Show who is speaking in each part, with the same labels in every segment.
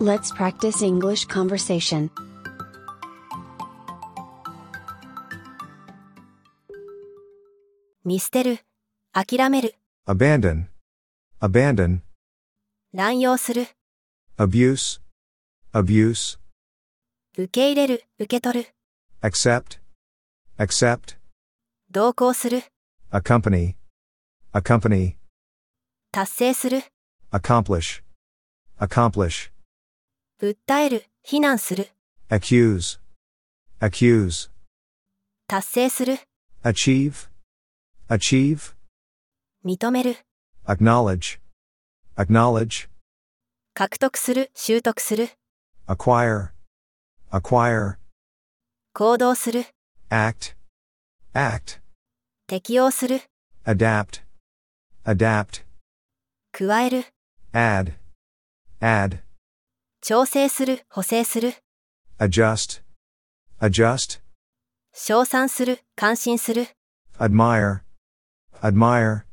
Speaker 1: Let's practice English conversation.
Speaker 2: 見捨てる、諦める、
Speaker 3: abandon, abandon,
Speaker 2: 乱用する、
Speaker 3: abuse, abuse,
Speaker 2: 受け入れる、受け取る、
Speaker 3: accept, accept,
Speaker 2: 同行する、
Speaker 3: accompany, accompany,
Speaker 2: 達成する、
Speaker 3: accomplish, accomplish,
Speaker 2: 訴える、非難する、
Speaker 3: accuse, accuse,
Speaker 2: 達成する、
Speaker 3: achieve, achieve,
Speaker 2: 認める、
Speaker 3: acknowledge, acknowledge,
Speaker 2: 獲得する、習得する、
Speaker 3: acquire, acquire,
Speaker 2: 行動する、
Speaker 3: act, act,
Speaker 2: 適用する、
Speaker 3: adapt, adapt,
Speaker 2: 加える、
Speaker 3: add, add,
Speaker 2: 調整する、補正する、
Speaker 3: adjust, adjust,
Speaker 2: 称賛する、感心する、
Speaker 3: admire, admire,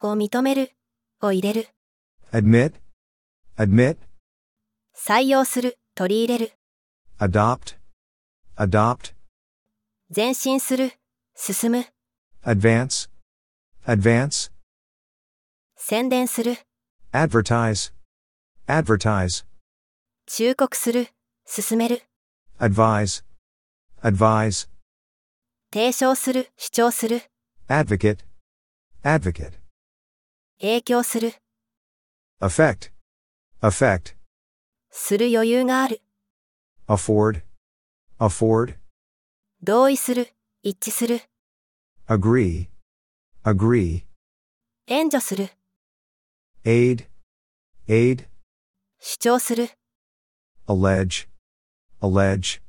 Speaker 2: を認める、を入れる、
Speaker 3: admit, admit,
Speaker 2: 採用する、取り入れる、
Speaker 3: adopt, adopt,
Speaker 2: 前進する、進む、
Speaker 3: advance, advance,
Speaker 2: 宣伝する、
Speaker 3: advertise, advertise,
Speaker 2: 忠告する、進める、
Speaker 3: advise, advise,
Speaker 2: 提唱する、主張する、
Speaker 3: advocate, advocate,
Speaker 2: 影響する、
Speaker 3: affect, affect,
Speaker 2: する余裕がある、
Speaker 3: afford, afford,
Speaker 2: 同意する、一致する、
Speaker 3: agree, agree,
Speaker 2: 援助する、
Speaker 3: aid, aid,
Speaker 2: 主張する、
Speaker 3: allege, allege,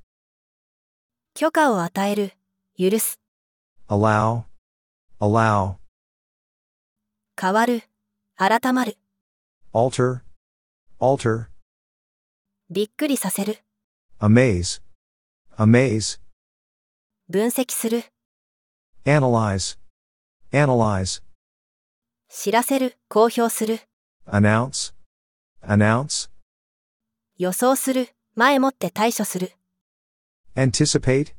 Speaker 2: 許可を与える、許す、
Speaker 3: allow, allow,
Speaker 2: 変わる、改まる、
Speaker 3: alter, alter,
Speaker 2: びっくりさせる、
Speaker 3: amaze, amaze,
Speaker 2: 分析する、
Speaker 3: analyze, analyze,
Speaker 2: 知らせる、公表する、
Speaker 3: announce, announce,
Speaker 2: 予想する、前もって対処する、
Speaker 3: anticipate,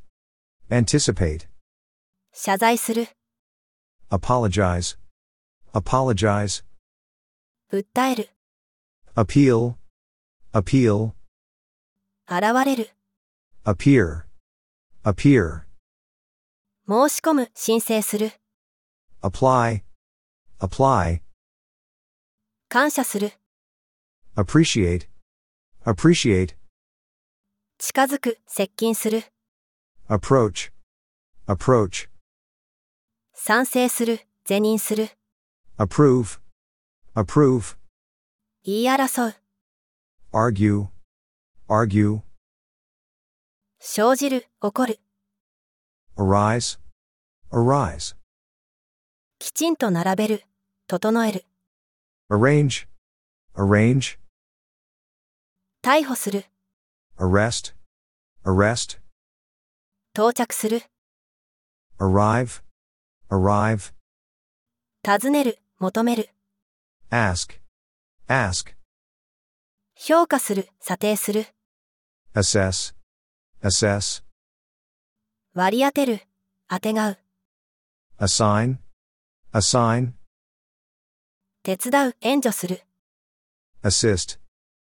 Speaker 3: anticipate,
Speaker 2: 謝罪する、
Speaker 3: apologize, apologize,
Speaker 2: 訴える、
Speaker 3: appeal, appeal,
Speaker 2: 現れる、
Speaker 3: appear, appear,
Speaker 2: 申し込む、申請する、
Speaker 3: apply, apply,
Speaker 2: 感謝する、
Speaker 3: appreciate, appreciate,
Speaker 2: 近づく、接近する、
Speaker 3: approach, approach,
Speaker 2: 賛成する、是認する、
Speaker 3: approve, approve,
Speaker 2: 言い争う、
Speaker 3: argue, argue,
Speaker 2: 生じる、起こる、
Speaker 3: arise, arise,
Speaker 2: きちんと並べる、整える、
Speaker 3: arrange, arrange,
Speaker 2: 逮捕する、
Speaker 3: arrest, arrest,
Speaker 2: 到着する、
Speaker 3: arrive, arrive,
Speaker 2: 尋ねる、求める、
Speaker 3: ask, ask,
Speaker 2: 評価する、査定する、
Speaker 3: assess, assess,
Speaker 2: 割り当てる、当てがう、
Speaker 3: assign, assign,
Speaker 2: 手伝う、援助する、
Speaker 3: assist,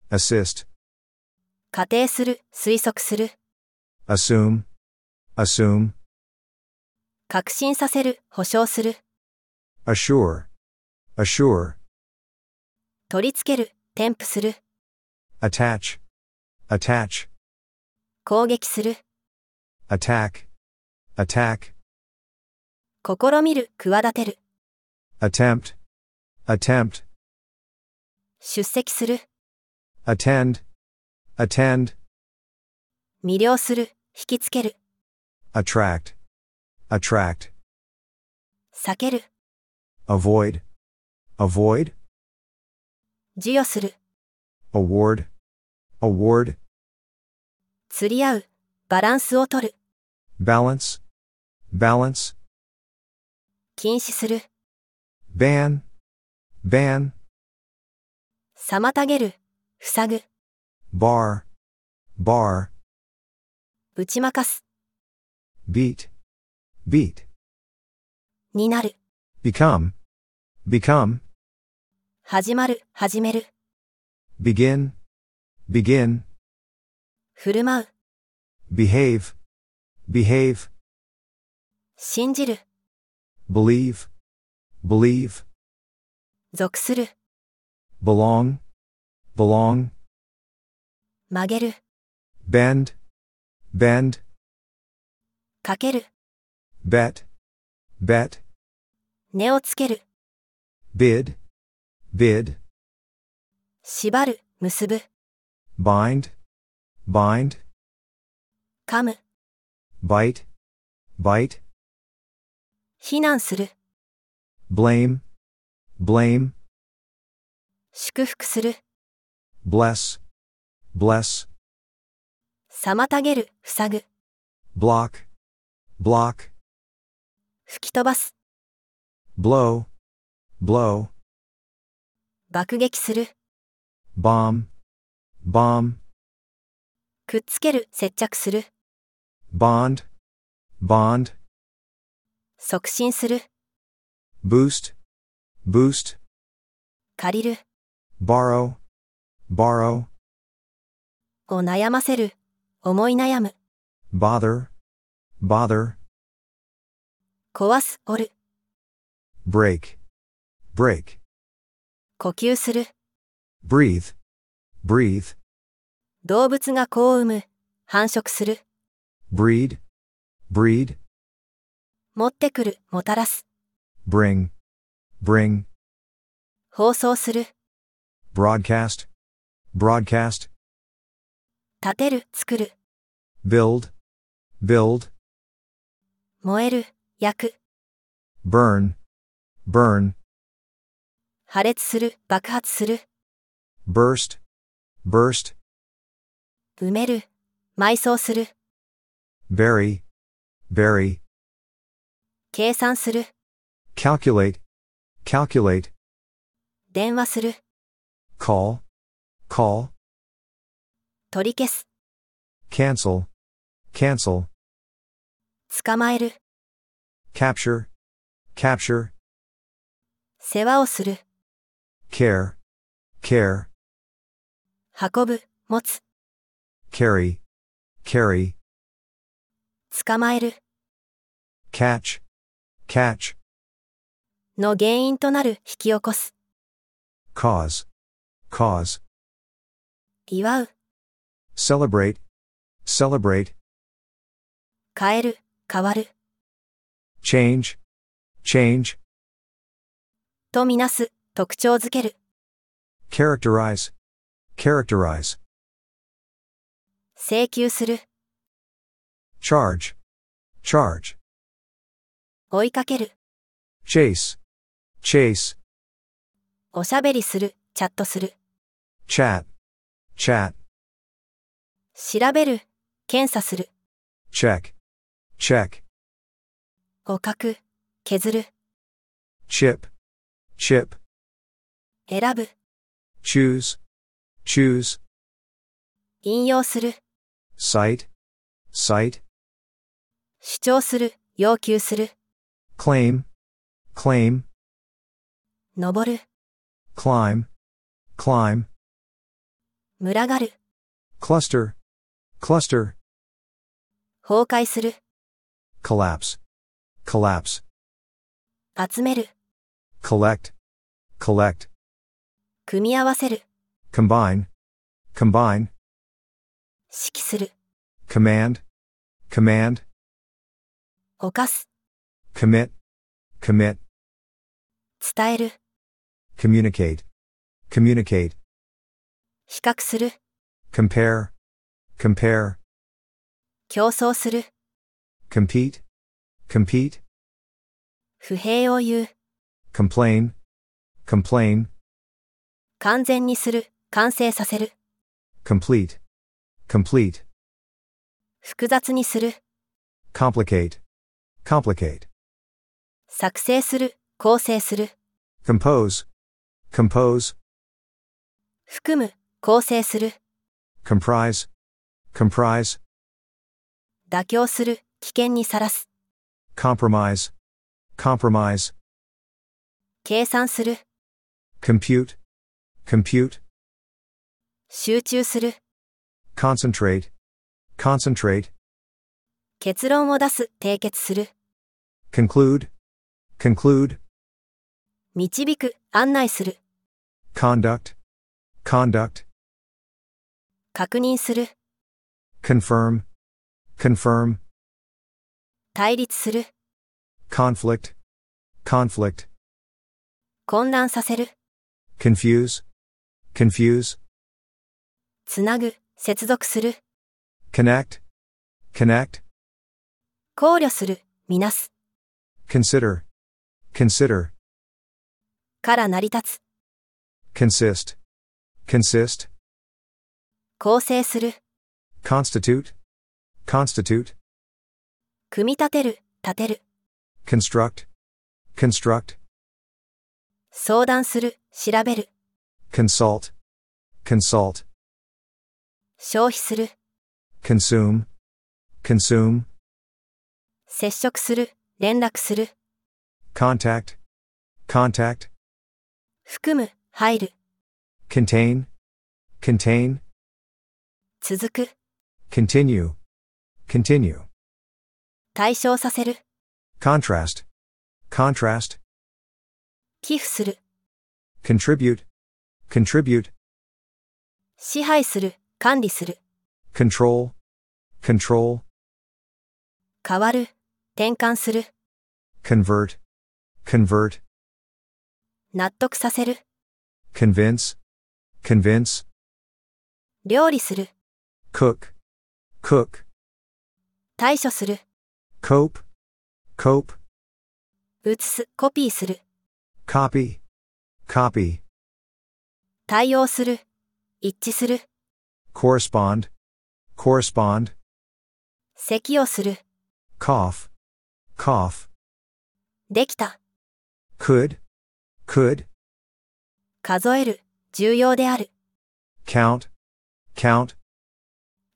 Speaker 3: assist,
Speaker 2: 仮定する、推測する、
Speaker 3: assume, assume,
Speaker 2: 確信させる、保証する、
Speaker 3: assure, assure,
Speaker 2: 取り付ける、添付する、
Speaker 3: attach, attach,
Speaker 2: 攻撃する、
Speaker 3: attack, attack,
Speaker 2: 試みる、企てる、
Speaker 3: attempt, attempt,
Speaker 2: 出席する、
Speaker 3: attend, attend,
Speaker 2: 魅了する、引きつける、
Speaker 3: attract, attract,
Speaker 2: 避ける、
Speaker 3: avoid, avoid,
Speaker 2: 授与する、
Speaker 3: award, award,
Speaker 2: 釣り合う、バランスを取る、
Speaker 3: balance, balance,
Speaker 2: 禁止する、
Speaker 3: ban, ban,
Speaker 2: 妨げる、塞ぐ、
Speaker 3: bar, bar,
Speaker 2: 打ち負かす、
Speaker 3: beat, beat,
Speaker 2: になる、
Speaker 3: become, become,
Speaker 2: 始まる、始める、
Speaker 3: begin, begin,
Speaker 2: 振る舞う、
Speaker 3: behave, behave,
Speaker 2: 信じる、
Speaker 3: believe, believe,
Speaker 2: 属する、
Speaker 3: belong, belong,
Speaker 2: 曲げる、
Speaker 3: bend, bend,
Speaker 2: かける、
Speaker 3: bet, bet,
Speaker 2: 根をつける、
Speaker 3: bid, bid,
Speaker 2: 縛る、結ぶ、
Speaker 3: bind, bind,
Speaker 2: 噛む、
Speaker 3: bite, bite,
Speaker 2: 非難する、
Speaker 3: blame, blame,
Speaker 2: 祝福する、
Speaker 3: bless, bless,
Speaker 2: 妨げる、塞ぐ、
Speaker 3: block, block,
Speaker 2: 吹き飛ばす、
Speaker 3: blow, blow,
Speaker 2: 爆撃する、
Speaker 3: bomb, bomb,
Speaker 2: くっつける、接着する、
Speaker 3: bond, bond,
Speaker 2: 促進する、
Speaker 3: boost, boost,
Speaker 2: 借りる、
Speaker 3: borrow, borrow,
Speaker 2: を悩ませる、思い悩む、
Speaker 3: bother, bother,
Speaker 2: 壊す、折る、
Speaker 3: break, break,
Speaker 2: 呼吸する、
Speaker 3: breathe, breathe,
Speaker 2: 動物が子を産む、繁殖する、
Speaker 3: breed, breed,
Speaker 2: 持ってくる、もたらす、
Speaker 3: bring, bring,
Speaker 2: 放送する、
Speaker 3: broadcast, broadcast,
Speaker 2: 立てる、作る、
Speaker 3: build, build,
Speaker 2: 燃える、焼く、
Speaker 3: burn, burn,
Speaker 2: 破裂する、爆発する、
Speaker 3: burst, burst,
Speaker 2: 埋める、埋葬する、
Speaker 3: bury, bury,
Speaker 2: 計算する、
Speaker 3: calculate, calculate,
Speaker 2: 電話する、
Speaker 3: call, call,
Speaker 2: 取り消す、
Speaker 3: cancel, cancel,
Speaker 2: 捕まえる、
Speaker 3: capture, capture,
Speaker 2: 世話をする、
Speaker 3: care, care,
Speaker 2: 運ぶ、持つ、
Speaker 3: carry, carry,
Speaker 2: 捕まえる、
Speaker 3: catch, catch,
Speaker 2: の原因となる、引き起こす、
Speaker 3: cause, cause,
Speaker 2: 祝う、
Speaker 3: celebrate, celebrate,
Speaker 2: 変える、変わる、
Speaker 3: change, change,
Speaker 2: とみなす、特徴づける、
Speaker 3: characterize, characterize,
Speaker 2: 請求する、
Speaker 3: charge, charge,
Speaker 2: 追いかける、
Speaker 3: chase, chase,
Speaker 2: おしゃべりする、チャットする、
Speaker 3: chat, chat,
Speaker 2: 調べる、検査する、
Speaker 3: check, check,
Speaker 2: を書く、削る、
Speaker 3: chip, chip,
Speaker 2: 選ぶ、
Speaker 3: choose, choose,
Speaker 2: 引用する、
Speaker 3: cite, cite,
Speaker 2: 主張する、要求する、
Speaker 3: claim, claim,
Speaker 2: 登る、
Speaker 3: climb, climb,
Speaker 2: 群がる、
Speaker 3: cluster, cluster,
Speaker 2: 崩壊する、
Speaker 3: collapse, collapse,
Speaker 2: 集める、
Speaker 3: collect, collect,
Speaker 2: 組み合わせる、
Speaker 3: combine, combine,
Speaker 2: 指揮する、
Speaker 3: command, command,
Speaker 2: 犯す、
Speaker 3: commit, commit,
Speaker 2: 伝える、
Speaker 3: communicate, communicate,
Speaker 2: 比較する、
Speaker 3: compare, compare,
Speaker 2: 競争する、
Speaker 3: compete, compete,
Speaker 2: 不平を言う、
Speaker 3: complain, complain,
Speaker 2: 完全にする、完成させる、
Speaker 3: complete, complete,
Speaker 2: 複雑にする、
Speaker 3: complicate, complicate,
Speaker 2: 作成する、構成する、
Speaker 3: compose, compose,
Speaker 2: 含む、構成する、
Speaker 3: comprise, comprise,
Speaker 2: 妥協する、危険にさらす、
Speaker 3: compromise, compromise,
Speaker 2: 計算する、
Speaker 3: compute, compute,
Speaker 2: 集中する、
Speaker 3: concentrate, concentrate,
Speaker 2: 結論を出す、締結する、
Speaker 3: conclude, conclude,
Speaker 2: 導く、案内する、
Speaker 3: conduct, conduct,
Speaker 2: 確認する、
Speaker 3: confirm, confirm,
Speaker 2: 対立する、
Speaker 3: conflict, conflict,
Speaker 2: 混乱させる、
Speaker 3: confuse, confuse,
Speaker 2: つなぐ、接続する、
Speaker 3: connect, connect,
Speaker 2: 考慮する、みなす、
Speaker 3: consider, consider,
Speaker 2: から成り立つ、
Speaker 3: consist, consist,
Speaker 2: 構成する、
Speaker 3: constitute, constitute,
Speaker 2: 組み立てる、立てる、
Speaker 3: construct, construct,
Speaker 2: 相談する、調べる、
Speaker 3: consult, consult,
Speaker 2: 消費する、
Speaker 3: consume, consume,
Speaker 2: 接触する、連絡する、
Speaker 3: contact, contact,
Speaker 2: 含む、入る、
Speaker 3: contain, contain,
Speaker 2: 続く、
Speaker 3: continue, continue,
Speaker 2: 対象させる、
Speaker 3: contrast, contrast,
Speaker 2: 寄付する、
Speaker 3: contribute, contribute,
Speaker 2: 支配する、管理する、
Speaker 3: control, control,
Speaker 2: 変わる、転換する、
Speaker 3: convert, convert,
Speaker 2: 納得させる、
Speaker 3: convince, convince,
Speaker 2: 料理する、
Speaker 3: cook, cook,
Speaker 2: 対処する、
Speaker 3: cope, cope,
Speaker 2: 写す、コピーする、
Speaker 3: copy, copy,
Speaker 2: 対応する、一致する、
Speaker 3: correspond, correspond,
Speaker 2: 咳をする、
Speaker 3: cough, cough,
Speaker 2: できた、
Speaker 3: could, could,
Speaker 2: 数える、重要である、
Speaker 3: count, count,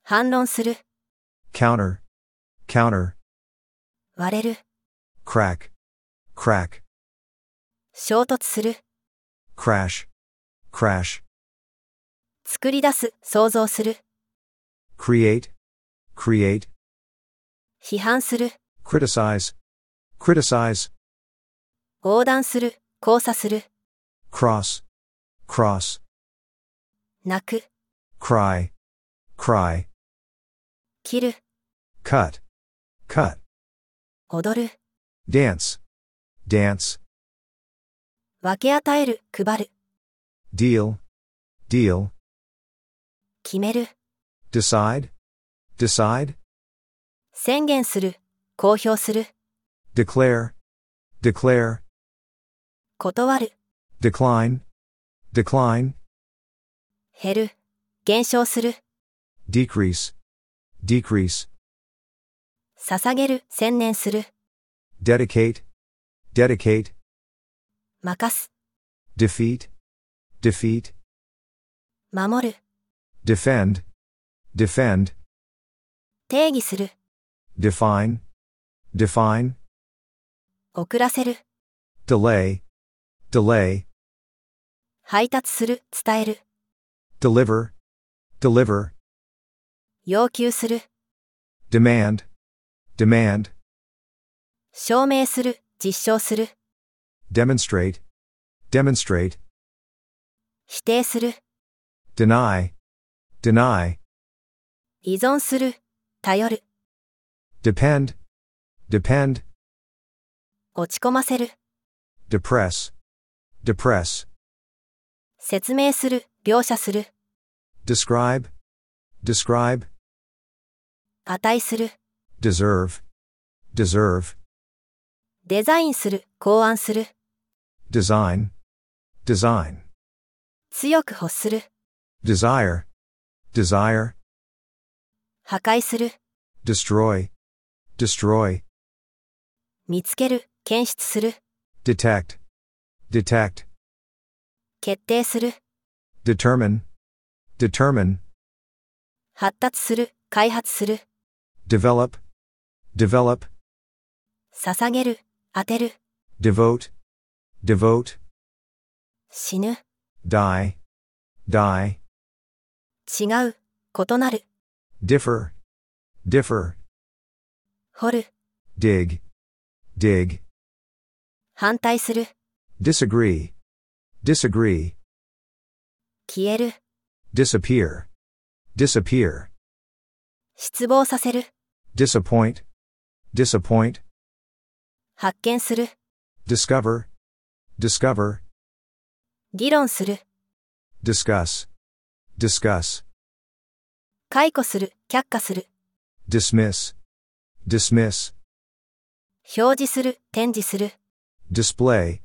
Speaker 2: 反論する、
Speaker 3: counter, counter,
Speaker 2: 割れる、
Speaker 3: crack, crack,
Speaker 2: 衝突する、
Speaker 3: crash, crash,
Speaker 2: 作り出す、想像する、
Speaker 3: create, create,
Speaker 2: 批判する、
Speaker 3: criticize, criticize,
Speaker 2: 横断する、交差する、
Speaker 3: cross, cross,
Speaker 2: 泣く、
Speaker 3: cry, cry,
Speaker 2: 切る、
Speaker 3: cut, cut,
Speaker 2: 踊る、
Speaker 3: dance, dance,
Speaker 2: 分け与える、配る、
Speaker 3: deal, deal,
Speaker 2: 決める、
Speaker 3: decide, decide,
Speaker 2: 宣言する、公表する、
Speaker 3: declare, declare,
Speaker 2: 断る、
Speaker 3: decline, decline,
Speaker 2: 減る、減少する、
Speaker 3: decrease, decrease,
Speaker 2: 捧げる、専念する、
Speaker 3: dedicate, dedicate,
Speaker 2: 任す、
Speaker 3: defeat, defeat,
Speaker 2: 守る、
Speaker 3: defend, defend,
Speaker 2: 定義する、
Speaker 3: define, define,
Speaker 2: 遅らせる、
Speaker 3: delay, delay,
Speaker 2: 配達する、伝える、
Speaker 3: deliver, deliver,
Speaker 2: 要求する、
Speaker 3: demand, demand,
Speaker 2: 証明する、実証する、
Speaker 3: demonstrate, demonstrate,
Speaker 2: 否定する、
Speaker 3: deny, deny,
Speaker 2: 依存する、頼る、
Speaker 3: depend, depend,
Speaker 2: 落ち込ませる、
Speaker 3: depress, depress,
Speaker 2: 説明する、描写する、
Speaker 3: describe, describe,
Speaker 2: 値する、
Speaker 3: deserve, deserve,
Speaker 2: デザインする、考案する、
Speaker 3: design, design,
Speaker 2: 強く欲する、
Speaker 3: desire, desire,
Speaker 2: 破壊する、
Speaker 3: destroy, destroy,
Speaker 2: 見つける、検出する、
Speaker 3: detect, detect,
Speaker 2: 決定する、
Speaker 3: determine, determine,
Speaker 2: 発達する、開発する、
Speaker 3: develop, develop,
Speaker 2: 捧げる、当てる、
Speaker 3: devote, devote,
Speaker 2: 死ぬ、
Speaker 3: die, die,
Speaker 2: 違う、異なる、
Speaker 3: differ, differ,
Speaker 2: 掘る、
Speaker 3: dig, dig,
Speaker 2: 反対する、
Speaker 3: disagree, disagree,
Speaker 2: 消える、
Speaker 3: disappear, disappear,
Speaker 2: 失望させる、
Speaker 3: disappoint, disappoint,
Speaker 2: 発見する、
Speaker 3: discover, discover,
Speaker 2: 議論する、
Speaker 3: discuss, discuss,
Speaker 2: 解雇する、却下する、
Speaker 3: dismiss, dismiss,
Speaker 2: 表示する、展示する、
Speaker 3: display,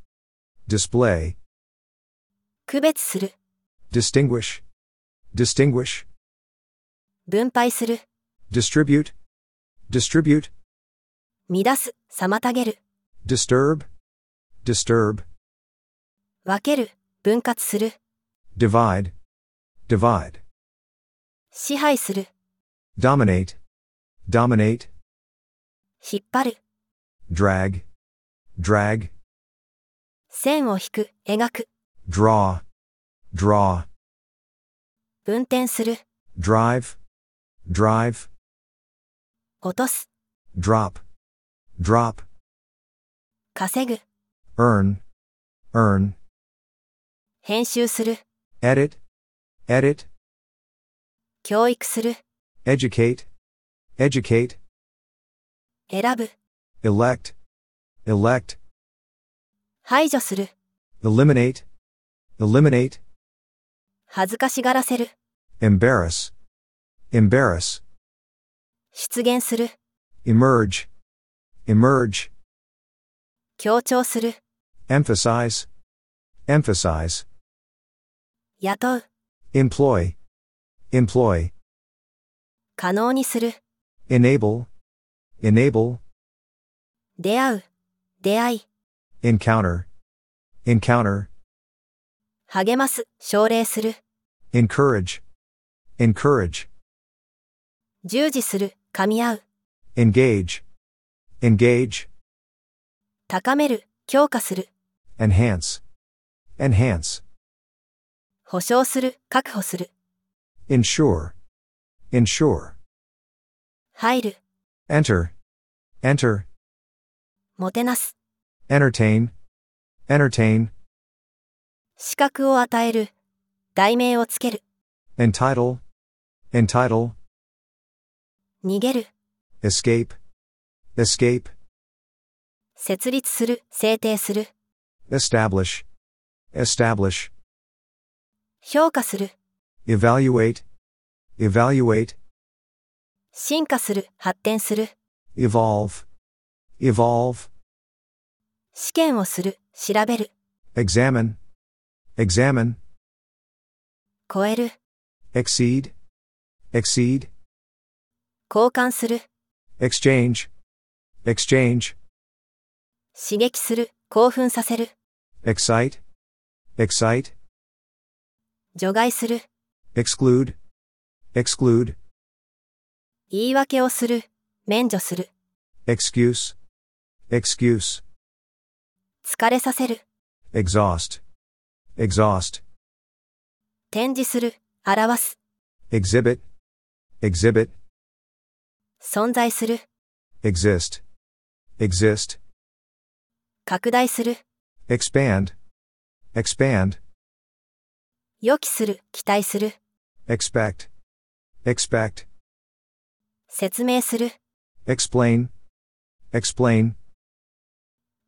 Speaker 3: display,
Speaker 2: 区別する、
Speaker 3: distinguish, distinguish,
Speaker 2: 分配する、
Speaker 3: distribute, distribute,
Speaker 2: 乱す、妨げる、
Speaker 3: disturb, disturb,
Speaker 2: 分ける、分割する、
Speaker 3: divide, divide,
Speaker 2: 支配する、
Speaker 3: dominate, dominate,
Speaker 2: 引っ張る、
Speaker 3: drag, drag,
Speaker 2: 線を引く、描く、
Speaker 3: draw, draw,
Speaker 2: 運転する、
Speaker 3: drive, drive,
Speaker 2: 落とす、
Speaker 3: drop, drop,
Speaker 2: 稼ぐ、
Speaker 3: earn, earn,
Speaker 2: 編集する、
Speaker 3: edit, edit,
Speaker 2: 教育する、
Speaker 3: educate, educate,
Speaker 2: 選ぶ、
Speaker 3: elect, elect,
Speaker 2: 排除する、
Speaker 3: eliminate, eliminate,
Speaker 2: 恥ずかしがらせる、
Speaker 3: embarrass, embarrass,
Speaker 2: 出現する、
Speaker 3: emerge, emerge,
Speaker 2: 強調する、
Speaker 3: emphasize, emphasize,
Speaker 2: 雇う、
Speaker 3: employ, employ,
Speaker 2: 可能にする、
Speaker 3: enable, enable,
Speaker 2: 出会う、出会い、
Speaker 3: encounter, encounter,
Speaker 2: 励ます、奨励する、
Speaker 3: encourage, encourage,
Speaker 2: 従事する、噛み合う、
Speaker 3: engage, engage,
Speaker 2: 高める、強化する、
Speaker 3: enhance, enhance,
Speaker 2: 保証する、確保する、
Speaker 3: ensure, ensure,
Speaker 2: 入る、
Speaker 3: enter, enter,
Speaker 2: もてなす、
Speaker 3: entertain, entertain,
Speaker 2: 資格を与える、題名をつける、
Speaker 3: entitle, entitle,
Speaker 2: 逃げる、
Speaker 3: escape, escape,
Speaker 2: 設立する、制定する、
Speaker 3: establish, establish,
Speaker 2: 評価する、
Speaker 3: evaluate, evaluate,
Speaker 2: 進化する、発展する、
Speaker 3: evolve, evolve,
Speaker 2: 試験をする、調べる、
Speaker 3: examine, examine,
Speaker 2: 超える、
Speaker 3: exceed, exceed,
Speaker 2: 交換する、
Speaker 3: exchange, exchange,
Speaker 2: 刺激する、興奮させる、
Speaker 3: excite, excite,
Speaker 2: 除外する、
Speaker 3: exclude, exclude,
Speaker 2: 言い訳をする、免除する、
Speaker 3: excuse, excuse,
Speaker 2: 疲れさせる、
Speaker 3: exhaust, exhaust,
Speaker 2: 展示する、表す、
Speaker 3: exhibit, exhibit,
Speaker 2: 存在する、
Speaker 3: exist, exist,
Speaker 2: 拡大する、
Speaker 3: expand, expand,
Speaker 2: 予期する、期待する、
Speaker 3: expect, expect,
Speaker 2: 説明する、
Speaker 3: explain, explain,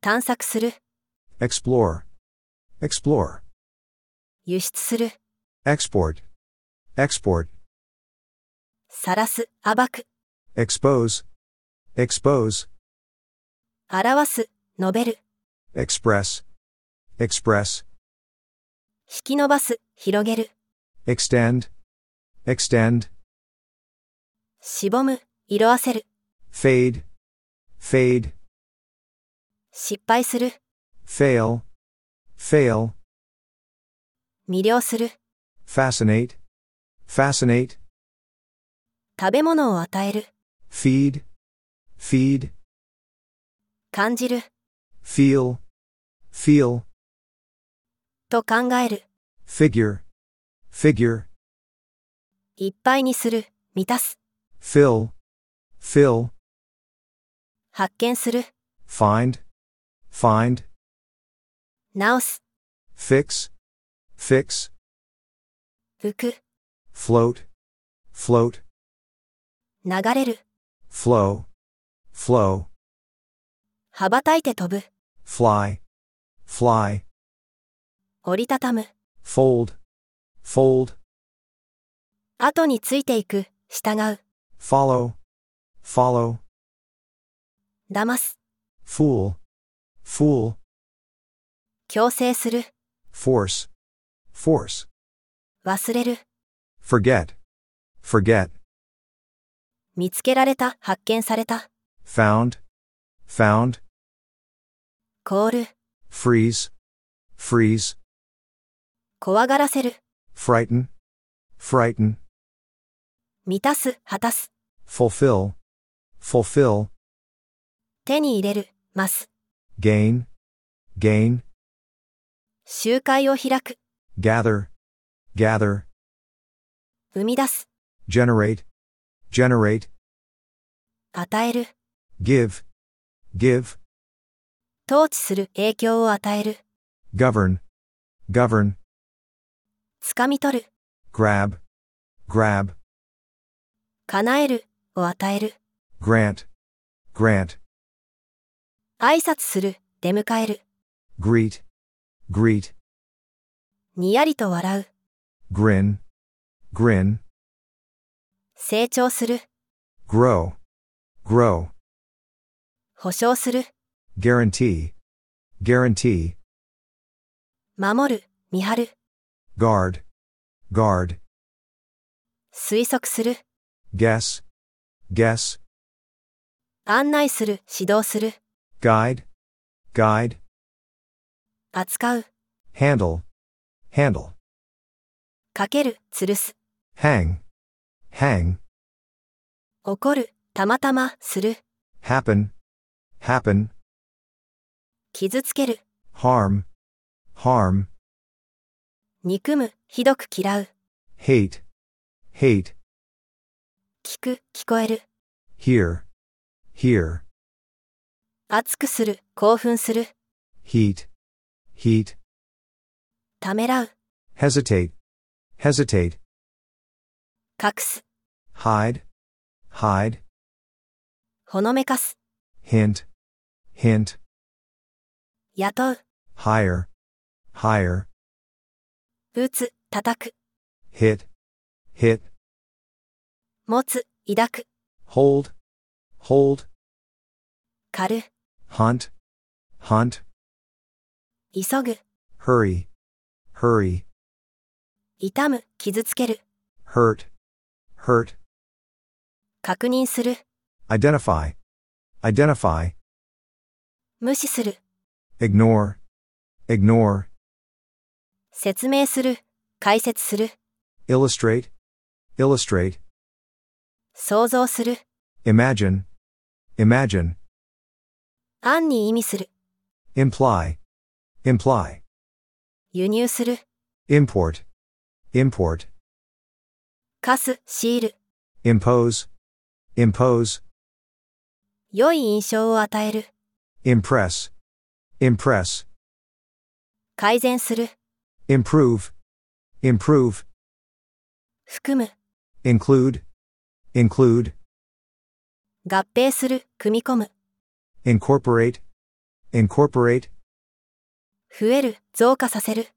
Speaker 2: 探索する、
Speaker 3: explore, explore,
Speaker 2: 輸出する、
Speaker 3: export, export,
Speaker 2: 晒す、暴く、
Speaker 3: expose, expose,
Speaker 2: 表す、述べる、
Speaker 3: express, express,
Speaker 2: 引き伸ばす、広げる、
Speaker 3: extend, extend,
Speaker 2: しぼむ、色あせる、
Speaker 3: fade, fade,
Speaker 2: 失敗する、
Speaker 3: fail, fail,
Speaker 2: 魅了する、
Speaker 3: fascinate, fascinate,
Speaker 2: 食べ物を与える、
Speaker 3: feed, feed,
Speaker 2: 感じる、
Speaker 3: feel, feel,
Speaker 2: と考える、
Speaker 3: figure, figure,
Speaker 2: いっぱいにする、満たす、
Speaker 3: fill, fill,
Speaker 2: 発見する、
Speaker 3: find, find,
Speaker 2: 直す、
Speaker 3: fix, fix,
Speaker 2: 浮く、
Speaker 3: float, float,
Speaker 2: 流れる、
Speaker 3: flow, flow,
Speaker 2: 羽ばたいて飛ぶ、
Speaker 3: fly, fly,
Speaker 2: 折りたたむ、
Speaker 3: fold, fold,
Speaker 2: 後についていく、従う、
Speaker 3: follow, follow,
Speaker 2: 騙す、
Speaker 3: fool, fool,
Speaker 2: 強制する、
Speaker 3: force, force,
Speaker 2: 忘れる、
Speaker 3: forget, forget,
Speaker 2: 見つけられた、発見された、
Speaker 3: found, found,
Speaker 2: 凍る、
Speaker 3: freeze, freeze,
Speaker 2: 怖がらせる、
Speaker 3: frighten, frighten,
Speaker 2: 満たす、果たす、
Speaker 3: fulfill, fulfill,
Speaker 2: 手に入れる、ます、
Speaker 3: gain, gain,
Speaker 2: 集会を開く、
Speaker 3: gather, gather,
Speaker 2: 生み出す、
Speaker 3: generate, generate,
Speaker 2: 与える、
Speaker 3: give, give,
Speaker 2: 統治する、影響を与える、
Speaker 3: govern, govern,
Speaker 2: 掴み取る、
Speaker 3: grab, grab,
Speaker 2: 叶える、を与える、
Speaker 3: grant, grant,
Speaker 2: 挨拶する、出迎える、
Speaker 3: greet, greet,
Speaker 2: にやりと笑う、
Speaker 3: grin, grin,
Speaker 2: 成長する、
Speaker 3: grow, grow,
Speaker 2: 保証する、
Speaker 3: guarantee, guarantee,
Speaker 2: 守る、見張る、
Speaker 3: guard, guard,
Speaker 2: 推測する、
Speaker 3: guess, guess,
Speaker 2: 案内する、指導する、
Speaker 3: guide, guide,
Speaker 2: 扱う、
Speaker 3: handle, handle,
Speaker 2: かける、吊るす、
Speaker 3: hang, hang,
Speaker 2: 怒る、たまたま、する、
Speaker 3: happen, happen,
Speaker 2: 傷つける、
Speaker 3: harm, harm,
Speaker 2: 憎む、ひどく嫌う、
Speaker 3: hate, hate,
Speaker 2: 聞く、聞こえる、
Speaker 3: hear, hear,
Speaker 2: 熱くする、興奮する、
Speaker 3: heat, heat,
Speaker 2: ためらう、
Speaker 3: hesitate, hesitate,
Speaker 2: 隠す、
Speaker 3: hide, hide,
Speaker 2: ほのめかす、
Speaker 3: hint, hint,
Speaker 2: 雇う、
Speaker 3: higher, higher,
Speaker 2: 打つ、叩く、
Speaker 3: hit, hit,
Speaker 2: 持つ、抱く、
Speaker 3: hold, hold,
Speaker 2: 狩る、
Speaker 3: hunt, hunt,
Speaker 2: 急ぐ、
Speaker 3: hurry, hurry,
Speaker 2: 痛む、傷つける、
Speaker 3: hurt, hurt,
Speaker 2: 確認する、
Speaker 3: identify, identify,
Speaker 2: 無視する、
Speaker 3: ignore, ignore,
Speaker 2: 説明する、解説する、
Speaker 3: illustrate, illustrate,
Speaker 2: 想像する、
Speaker 3: imagine, imagine,
Speaker 2: 案に意味する、
Speaker 3: imply, imply,
Speaker 2: 輸入する、
Speaker 3: import, import,
Speaker 2: 課す、強いる、
Speaker 3: impose, impose,
Speaker 2: 良い印象を与える、
Speaker 3: impress, impress,
Speaker 2: 改善する、
Speaker 3: improve, improve,
Speaker 2: 含む、
Speaker 3: include, include,
Speaker 2: 合併する、組み込む、
Speaker 3: incorporate, incorporate,
Speaker 2: 増える、増加させる、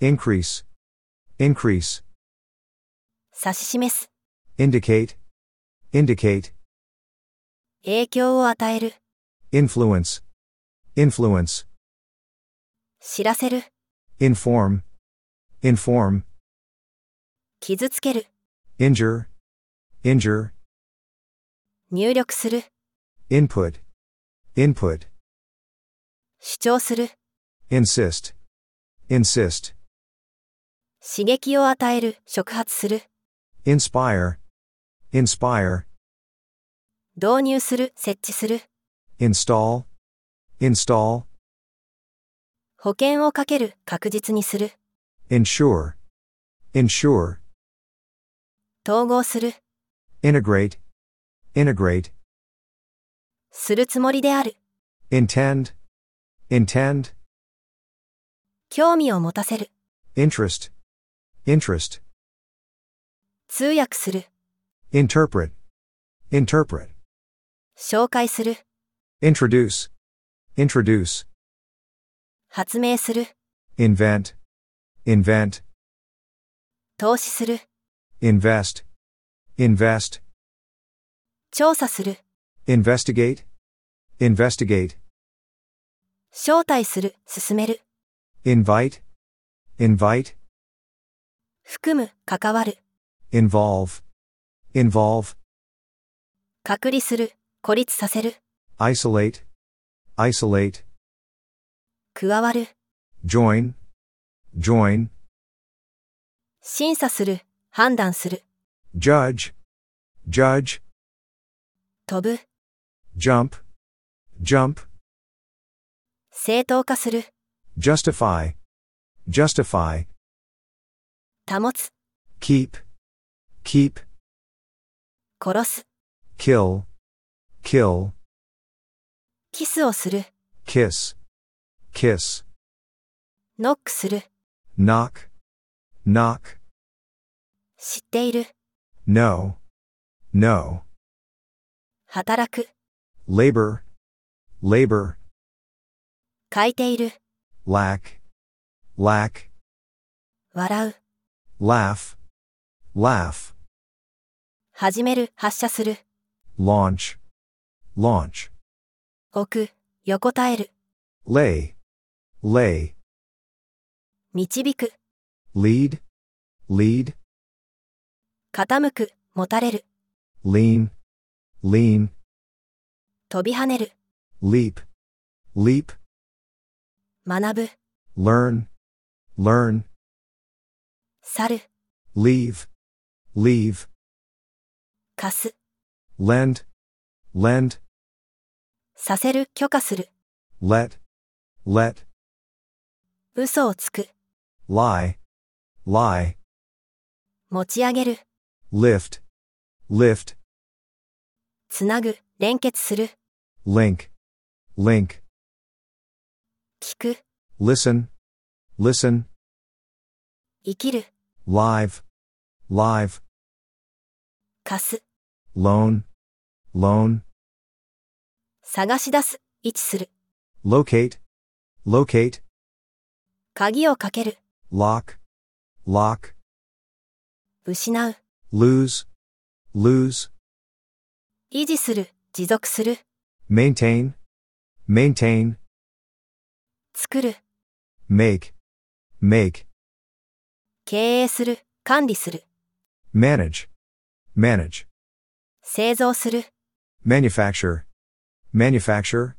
Speaker 3: increase, increase,
Speaker 2: 指し示す、
Speaker 3: indicate, indicate,
Speaker 2: 影響を与える、
Speaker 3: influence, influence,
Speaker 2: 知らせる、
Speaker 3: inform, inform,
Speaker 2: 傷つける、
Speaker 3: injure, injure,
Speaker 2: 入力する、
Speaker 3: input, input,
Speaker 2: 主張する、
Speaker 3: insist, insist,
Speaker 2: 刺激を与える、触発する、
Speaker 3: inspire, inspire,
Speaker 2: 導入する、設置する。
Speaker 3: install, install,
Speaker 2: 保険をかける、確実にする。
Speaker 3: insure, insure,
Speaker 2: 統合する。
Speaker 3: integrate, integrate,
Speaker 2: するつもりである。
Speaker 3: intend, intend,
Speaker 2: 興味を持たせる。
Speaker 3: interest, interest,
Speaker 2: 通訳する。
Speaker 3: interpret, interpret,
Speaker 2: 紹介する。
Speaker 3: introduce, introduce,
Speaker 2: 発明する。
Speaker 3: invent, invent,
Speaker 2: 投資する。
Speaker 3: invest, invest,
Speaker 2: 調査する。
Speaker 3: investigate, investigate,
Speaker 2: 招待する。進める。
Speaker 3: invite, invite,
Speaker 2: 含む。関わる。
Speaker 3: involve, involve,
Speaker 2: 隔離する。孤立させる。
Speaker 3: isolate, isolate,
Speaker 2: 加わる。
Speaker 3: join, join,
Speaker 2: 審査する。判断する。
Speaker 3: judge, judge,
Speaker 2: 飛ぶ。
Speaker 3: jump, jump,
Speaker 2: 正当化する。
Speaker 3: justify, justify,
Speaker 2: 保つ。
Speaker 3: keep, keep,
Speaker 2: 殺す。
Speaker 3: kill, kill,
Speaker 2: キスをする。
Speaker 3: kiss, kiss,
Speaker 2: ノックする。
Speaker 3: knock, knock,
Speaker 2: 知っている。
Speaker 3: no, no,
Speaker 2: 働く。
Speaker 3: labor, labor,
Speaker 2: 書いている。
Speaker 3: lack, lack,
Speaker 2: 笑う。
Speaker 3: laugh, laugh,
Speaker 2: 始める。発射する。
Speaker 3: launch, launch,
Speaker 2: 置く。横たえる。
Speaker 3: lay, lay,
Speaker 2: 導く。
Speaker 3: lead, lead,
Speaker 2: 傾く。持たれる。
Speaker 3: lean, lean,
Speaker 2: 飛び跳ねる。
Speaker 3: leap, leap,
Speaker 2: 学ぶ。
Speaker 3: learn, learn,
Speaker 2: 去る。
Speaker 3: leave, leave,
Speaker 2: 貸す。
Speaker 3: lend, lend,
Speaker 2: させる。許可する。
Speaker 3: let, let,
Speaker 2: 嘘をつく。
Speaker 3: lie, lie,
Speaker 2: 持ち上げる。
Speaker 3: lift, lift,
Speaker 2: つなぐ。連結する。
Speaker 3: link, link,
Speaker 2: 聞く。
Speaker 3: listen, listen,
Speaker 2: 生きる。
Speaker 3: live, live,
Speaker 2: 貸す。
Speaker 3: loan, loan,
Speaker 2: 探し出す。位置する。
Speaker 3: locate, locate,
Speaker 2: 鍵をかける。
Speaker 3: lock, lock,
Speaker 2: 失う。
Speaker 3: lose, lose,
Speaker 2: 維持する。持続する。
Speaker 3: maintain, maintain,
Speaker 2: 作る。
Speaker 3: make, make,
Speaker 2: 経営する。管理する。
Speaker 3: manage, manage,
Speaker 2: 製造する。
Speaker 3: manufacture, manufacture,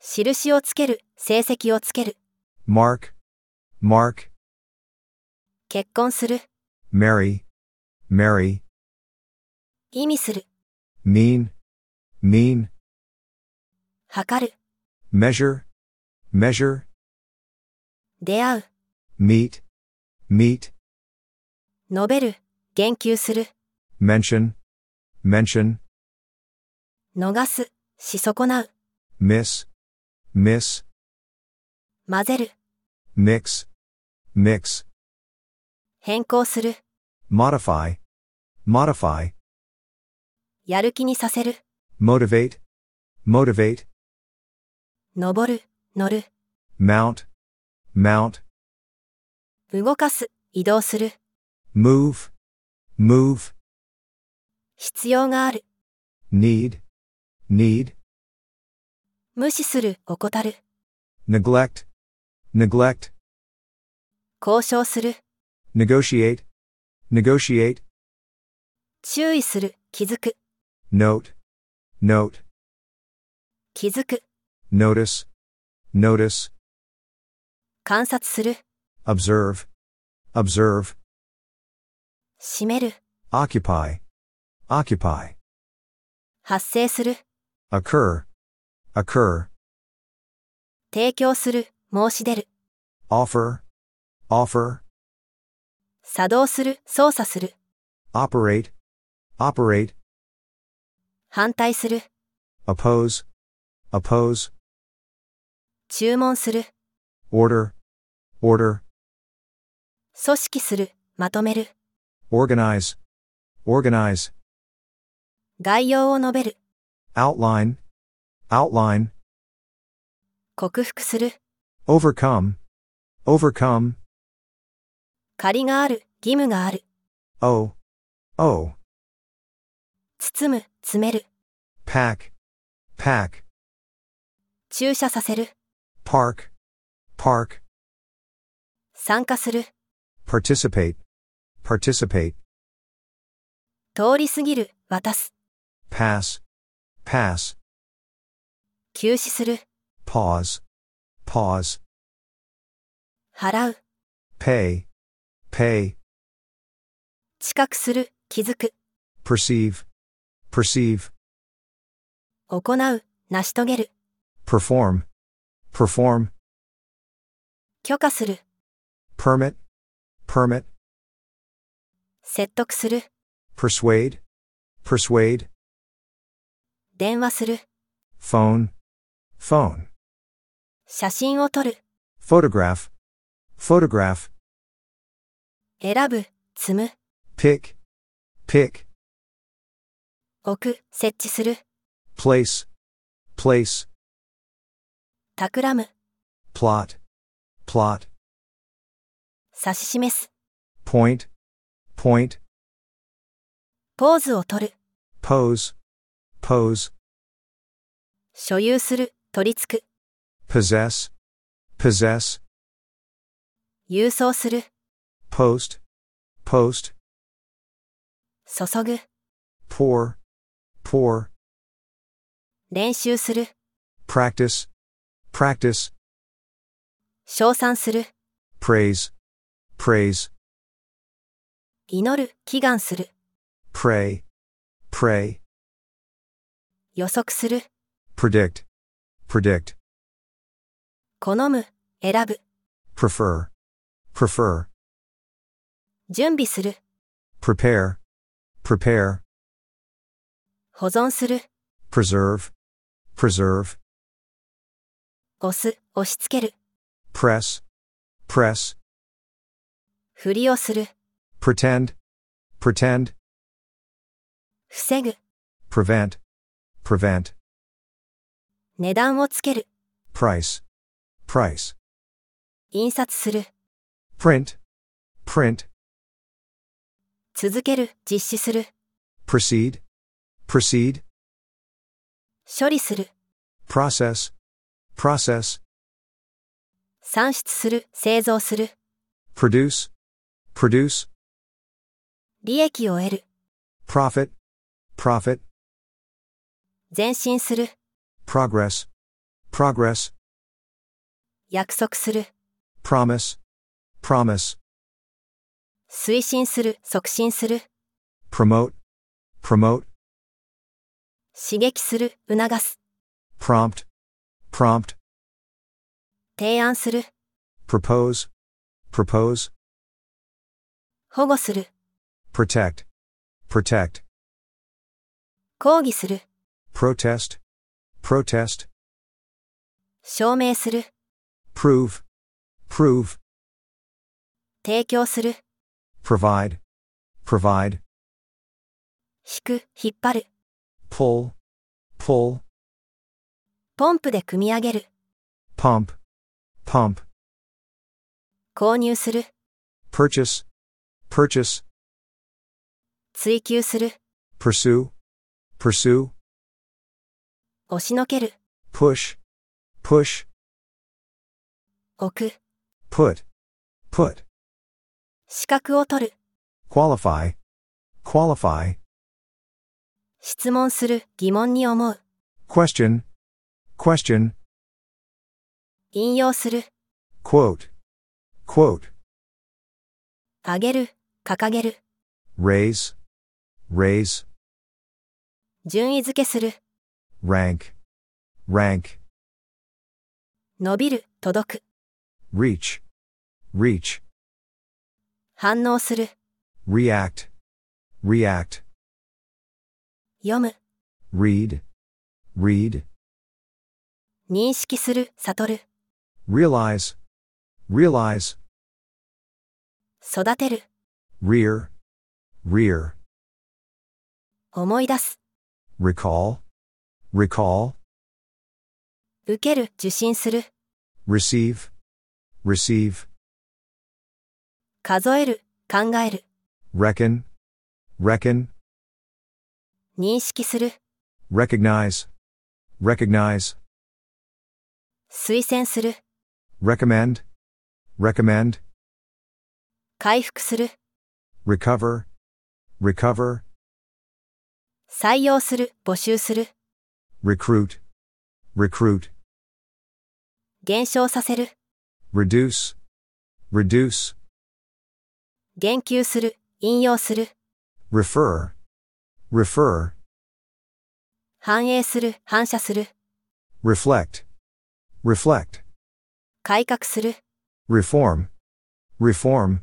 Speaker 2: 印をつける。成績をつける。
Speaker 3: mark, mark,
Speaker 2: 結婚する。
Speaker 3: marry, marry,
Speaker 2: 意味する。
Speaker 3: mean, mean,
Speaker 2: 測る。
Speaker 3: measure, measure,
Speaker 2: 出会う。
Speaker 3: meet, meet,
Speaker 2: 述べる。言及する。
Speaker 3: mention, mention,
Speaker 2: 逃す。し損なう。
Speaker 3: miss, miss,
Speaker 2: 混ぜる。
Speaker 3: mix, mix,
Speaker 2: 変更する。
Speaker 3: modify, modify,
Speaker 2: やる気にさせる。
Speaker 3: motivate, motivate,
Speaker 2: 登る。乗る。
Speaker 3: mount, mount,
Speaker 2: 動かす。移動する。
Speaker 3: move, move,
Speaker 2: 必要がある。
Speaker 3: need, need,
Speaker 2: 無視する。怠る。
Speaker 3: neglect, neglect,
Speaker 2: 交渉する。
Speaker 3: negotiate, negotiate,
Speaker 2: 注意する。気づく。
Speaker 3: note, note,
Speaker 2: 気づく。
Speaker 3: notice, notice,
Speaker 2: 観察する。
Speaker 3: observe, observe,
Speaker 2: 閉める。
Speaker 3: occupy, occupy,
Speaker 2: 発生する、
Speaker 3: occur, occur,
Speaker 2: 提供する、申し出る、
Speaker 3: offer, offer,
Speaker 2: 作動する、操作する、
Speaker 3: operate, operate,
Speaker 2: 反対する、
Speaker 3: oppose, oppose,
Speaker 2: 注文する、
Speaker 3: order, order,
Speaker 2: 組織する、まとめる、
Speaker 3: organize, organize,
Speaker 2: 概要を述べる、
Speaker 3: outline, outline,
Speaker 2: 克服する、
Speaker 3: overcome, overcome,
Speaker 2: 借りがある、義務がある、
Speaker 3: oh, oh,
Speaker 2: 包む、詰める、
Speaker 3: pack, pack,
Speaker 2: 駐車させる、
Speaker 3: park, park,
Speaker 2: 参加する、
Speaker 3: participate, participate,
Speaker 2: 通り過ぎる、渡す、
Speaker 3: pass, pass,
Speaker 2: 休止する、
Speaker 3: pause, pause,
Speaker 2: 払う、
Speaker 3: pay, pay,
Speaker 2: 知覚する、気づく、
Speaker 3: perceive, perceive,
Speaker 2: 行う、成し遂げる、
Speaker 3: perform, perform,
Speaker 2: 許可する、
Speaker 3: permit, permit,
Speaker 2: 説得する、
Speaker 3: persuade, persuade,
Speaker 2: 電話する、
Speaker 3: phone, phone,
Speaker 2: 写真を撮る、
Speaker 3: photograph, photograph,
Speaker 2: 選ぶ、積む、
Speaker 3: pick, pick,
Speaker 2: 置く、設置する、
Speaker 3: place, place,
Speaker 2: 企む、
Speaker 3: plot, plot,
Speaker 2: 指し示す、
Speaker 3: point, point,
Speaker 2: ポーズを取る、
Speaker 3: pose, pose,
Speaker 2: 所有する、取り付く、
Speaker 3: possess, possess,
Speaker 2: 郵送する、
Speaker 3: post, post,
Speaker 2: 注ぐ、
Speaker 3: pour, pour,
Speaker 2: 練習する、
Speaker 3: practice, practice,
Speaker 2: 称賛する、
Speaker 3: praise, praise,
Speaker 2: 祈る、祈願する、
Speaker 3: pray, pray,
Speaker 2: 予測する、
Speaker 3: predict, predict,
Speaker 2: 好む、選ぶ、
Speaker 3: prefer, prefer,
Speaker 2: 準備する、
Speaker 3: prepare, prepare,
Speaker 2: 保存する、
Speaker 3: preserve, preserve,
Speaker 2: 押す、押し付ける、
Speaker 3: press, press,
Speaker 2: ふりをする、
Speaker 3: pretend, pretend,
Speaker 2: 防ぐ、
Speaker 3: prevent, prevent,
Speaker 2: 値段をつける、
Speaker 3: price, price,
Speaker 2: 印刷する、
Speaker 3: print, print,
Speaker 2: 続ける、実施する、
Speaker 3: proceed, proceed,
Speaker 2: 処理する、
Speaker 3: process, process,
Speaker 2: 算出する、製造する、
Speaker 3: produce, produce,
Speaker 2: 利益を得る、
Speaker 3: profit, profit,
Speaker 2: 前進する、
Speaker 3: progress, progress,
Speaker 2: 約束する、
Speaker 3: promise, promise,
Speaker 2: 推進する、促進する、
Speaker 3: promote, promote,
Speaker 2: 刺激する、促す、
Speaker 3: prompt, prompt,
Speaker 2: 提案する、
Speaker 3: propose, propose,
Speaker 2: 保護する、
Speaker 3: protect, protect,
Speaker 2: 抗議する、
Speaker 3: protest, protest,
Speaker 2: 証明する、
Speaker 3: prove, prove,
Speaker 2: 提供する、
Speaker 3: provide, provide,
Speaker 2: 引く、引っ張る、
Speaker 3: pull, pull,
Speaker 2: ポンプで組み上げる、
Speaker 3: pump, pump,
Speaker 2: 購入する、
Speaker 3: purchase, purchase,
Speaker 2: 追求する、
Speaker 3: pursue, pursue,
Speaker 2: 押しのける、
Speaker 3: push, push,
Speaker 2: 置く、
Speaker 3: put, put,
Speaker 2: 資格を取る、
Speaker 3: qualify, qualify,
Speaker 2: 質問する、疑問に思う、
Speaker 3: question, question,
Speaker 2: 引用する、
Speaker 3: quote, quote,
Speaker 2: あげる、掲げる、
Speaker 3: raise, raise,
Speaker 2: 順位付けする、
Speaker 3: rank, rank,
Speaker 2: 伸びる、届く、
Speaker 3: reach, reach,
Speaker 2: 反応する、
Speaker 3: react, react,
Speaker 2: 読む、
Speaker 3: read, read,
Speaker 2: 認識する、悟る、
Speaker 3: realize, realize,
Speaker 2: 育てる、
Speaker 3: rear, rear,
Speaker 2: 思い出す、
Speaker 3: recall, recall,
Speaker 2: 受ける、受信する、
Speaker 3: receive, receive,
Speaker 2: 数える、考える、
Speaker 3: reckon, reckon,
Speaker 2: 認識する、
Speaker 3: recognize, recognize,
Speaker 2: 推薦する、
Speaker 3: recommend, recommend,
Speaker 2: 回復する、
Speaker 3: recover, recover,
Speaker 2: 採用する、募集する、
Speaker 3: recruit, recruit,
Speaker 2: 減少させる、
Speaker 3: reduce, reduce,
Speaker 2: 言及する、引用する、
Speaker 3: refer, refer,
Speaker 2: 反映する、反射する、
Speaker 3: reflect, reflect,
Speaker 2: 改革する、
Speaker 3: reform, reform,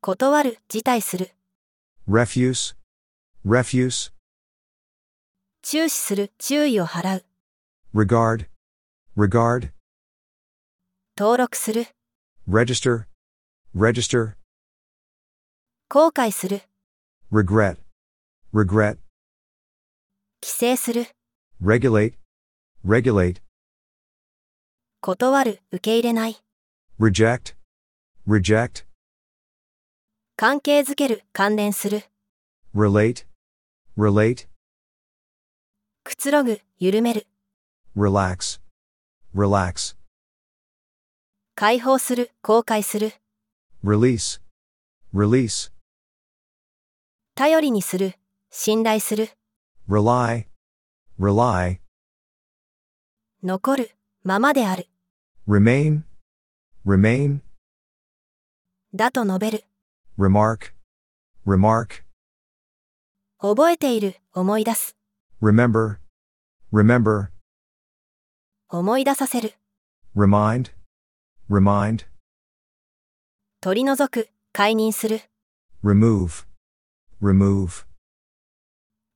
Speaker 2: 断る、辞退する、
Speaker 3: refuse, refuse,
Speaker 2: 注視する、注意を払う、
Speaker 3: regard, regard,
Speaker 2: 登録する、
Speaker 3: register, register,
Speaker 2: 後悔する、
Speaker 3: regret, regret,
Speaker 2: 規制する、
Speaker 3: regulate, regulate,
Speaker 2: 断る、受け入れない、
Speaker 3: reject, reject,
Speaker 2: 関係づける、関連する、
Speaker 3: relate, relate,
Speaker 2: くつろぐ、緩める、
Speaker 3: relax, relax,
Speaker 2: 解放する、公開する、
Speaker 3: release, release,
Speaker 2: 頼りにする、信頼する、
Speaker 3: rely, rely,
Speaker 2: 残る、ままである、
Speaker 3: remain, remain,
Speaker 2: だと述べる、
Speaker 3: remark, remark,
Speaker 2: 覚えている、思い出す、
Speaker 3: remember, remember,
Speaker 2: 思い出させる、
Speaker 3: remind, remind,
Speaker 2: 取り除く、解任する、
Speaker 3: remove, remove,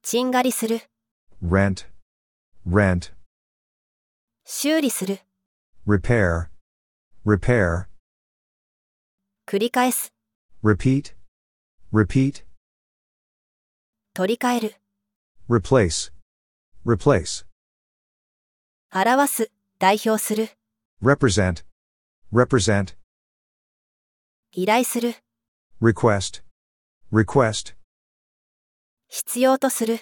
Speaker 2: ちんがりする、
Speaker 3: rent, rent,
Speaker 2: 修理する、
Speaker 3: repair, repair,
Speaker 2: 繰り返す、
Speaker 3: repeat, repeat,
Speaker 2: 取り替える、
Speaker 3: replace, replace,
Speaker 2: 表す、代表する、
Speaker 3: represent, represent,
Speaker 2: 依頼する、
Speaker 3: request, request,
Speaker 2: 必要とする、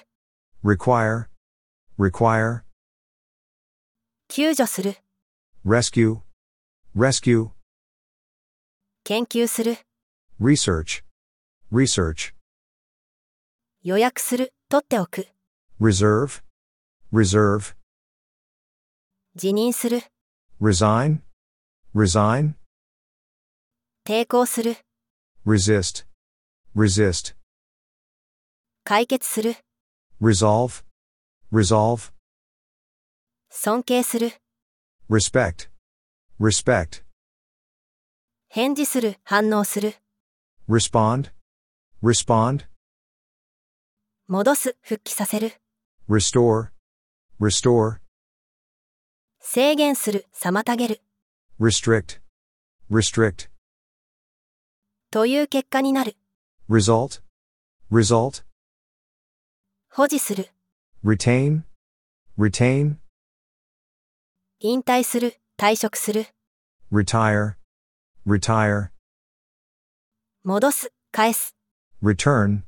Speaker 3: require, require,
Speaker 2: 救助する、
Speaker 3: rescue, rescue,
Speaker 2: 研究する、
Speaker 3: research, research,
Speaker 2: 予約する、取っておく、
Speaker 3: reserve, reserve,
Speaker 2: 辞任する、
Speaker 3: resign, resign,
Speaker 2: 抵抗する、
Speaker 3: resist, resist,
Speaker 2: 解決する、
Speaker 3: resolve, resolve,
Speaker 2: 尊敬する、
Speaker 3: respect, respect,
Speaker 2: 返事する、反応する、
Speaker 3: respond, respond,
Speaker 2: 戻す、復帰させる、
Speaker 3: restore, restore,
Speaker 2: 制限する、妨げる、
Speaker 3: restrict, restrict,
Speaker 2: という結果になる、
Speaker 3: result, result,
Speaker 2: 保持する、
Speaker 3: retain, retain,
Speaker 2: 引退する、退職する、
Speaker 3: retire, retire,
Speaker 2: 戻す、返す、
Speaker 3: return,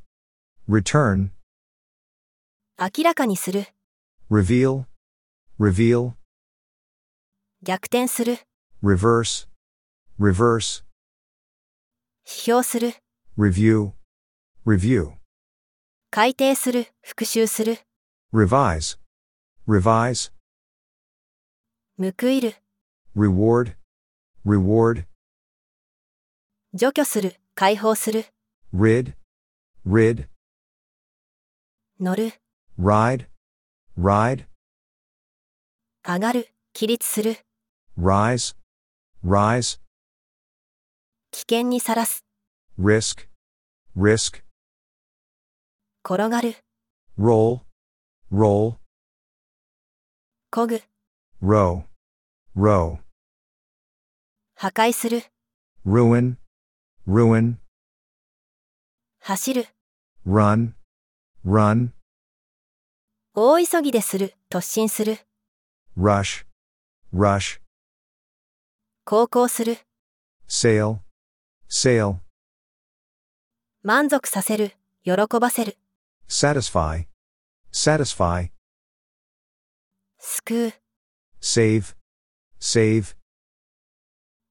Speaker 3: return,
Speaker 2: 明らかにする、
Speaker 3: reveal, reveal,
Speaker 2: 逆転する、
Speaker 3: reverse, reverse,
Speaker 2: 批評する、
Speaker 3: review, review,
Speaker 2: 改定する、復習する、
Speaker 3: revise, revise,
Speaker 2: 報いる、
Speaker 3: reward, reward,
Speaker 2: 除去する、解放する、
Speaker 3: rid, rid,
Speaker 2: 乗る、
Speaker 3: ride, ride,
Speaker 2: 上がる、起立する、
Speaker 3: rise, rise,
Speaker 2: 危険にさらす、
Speaker 3: risk, risk,
Speaker 2: 転がる、
Speaker 3: roll, roll,
Speaker 2: 漕ぐ、
Speaker 3: row, row,
Speaker 2: 破壊する、
Speaker 3: ruin, ruin,
Speaker 2: 走る、
Speaker 3: run, run,
Speaker 2: 大急ぎでする、突進する、
Speaker 3: rush, rush,
Speaker 2: 航行する、
Speaker 3: sail, sail,
Speaker 2: 満足させる、喜ばせる、
Speaker 3: satisfy, satisfy,
Speaker 2: 救う、
Speaker 3: save, save,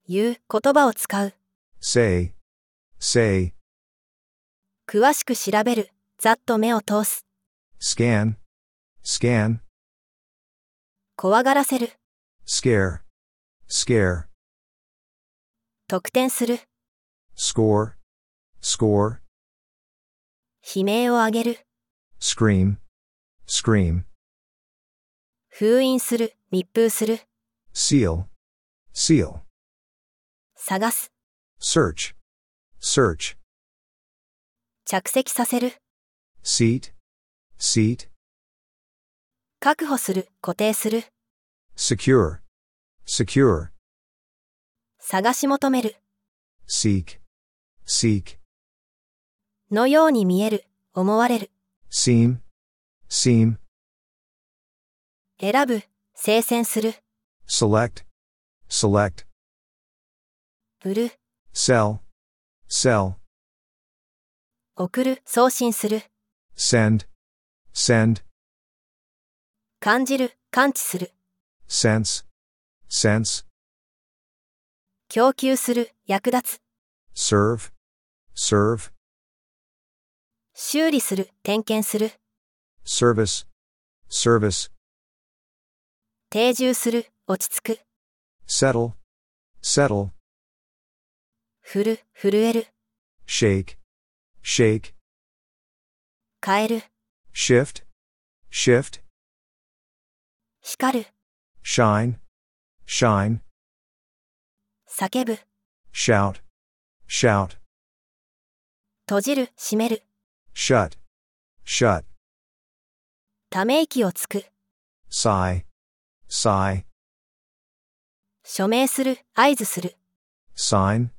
Speaker 2: 言う、言葉を使う、
Speaker 3: say, say,
Speaker 2: 詳しく調べる、ざっと目を通す、
Speaker 3: scan, scan,
Speaker 2: 怖がらせる、
Speaker 3: scare, scare,
Speaker 2: 得点する、
Speaker 3: score, score,
Speaker 2: 悲鳴を上げる、
Speaker 3: scream, scream,
Speaker 2: 封印する、密封する、
Speaker 3: seal, seal,
Speaker 2: 探す、
Speaker 3: search, search,
Speaker 2: 着席させる、
Speaker 3: seat, seat,
Speaker 2: 確保する、固定する、
Speaker 3: secure, secure,
Speaker 2: 探し求める、
Speaker 3: seek, seek,
Speaker 2: のように見える、思われる、
Speaker 3: seem, seem,
Speaker 2: 選ぶ、聖戦する、
Speaker 3: select, select,
Speaker 2: 売る、
Speaker 3: sell, sell,
Speaker 2: 送る、送信する、
Speaker 3: send, send,
Speaker 2: 感じる、感知する、
Speaker 3: sense, sense,
Speaker 2: 供給する、役立つ、
Speaker 3: serve, serve,
Speaker 2: 修理する、点検する、
Speaker 3: service, service,
Speaker 2: 定住する、落ち着く、
Speaker 3: settle, settle,
Speaker 2: 振る、震える、
Speaker 3: shake, shake,
Speaker 2: 変える、
Speaker 3: shift, shift,
Speaker 2: 光る、
Speaker 3: shine, shine,
Speaker 2: 叫ぶ、
Speaker 3: shout, shout,
Speaker 2: 閉じる、閉める、
Speaker 3: shut, shut,
Speaker 2: ため息をつく、
Speaker 3: sigh, sigh,
Speaker 2: 署名する、合図する、
Speaker 3: sign,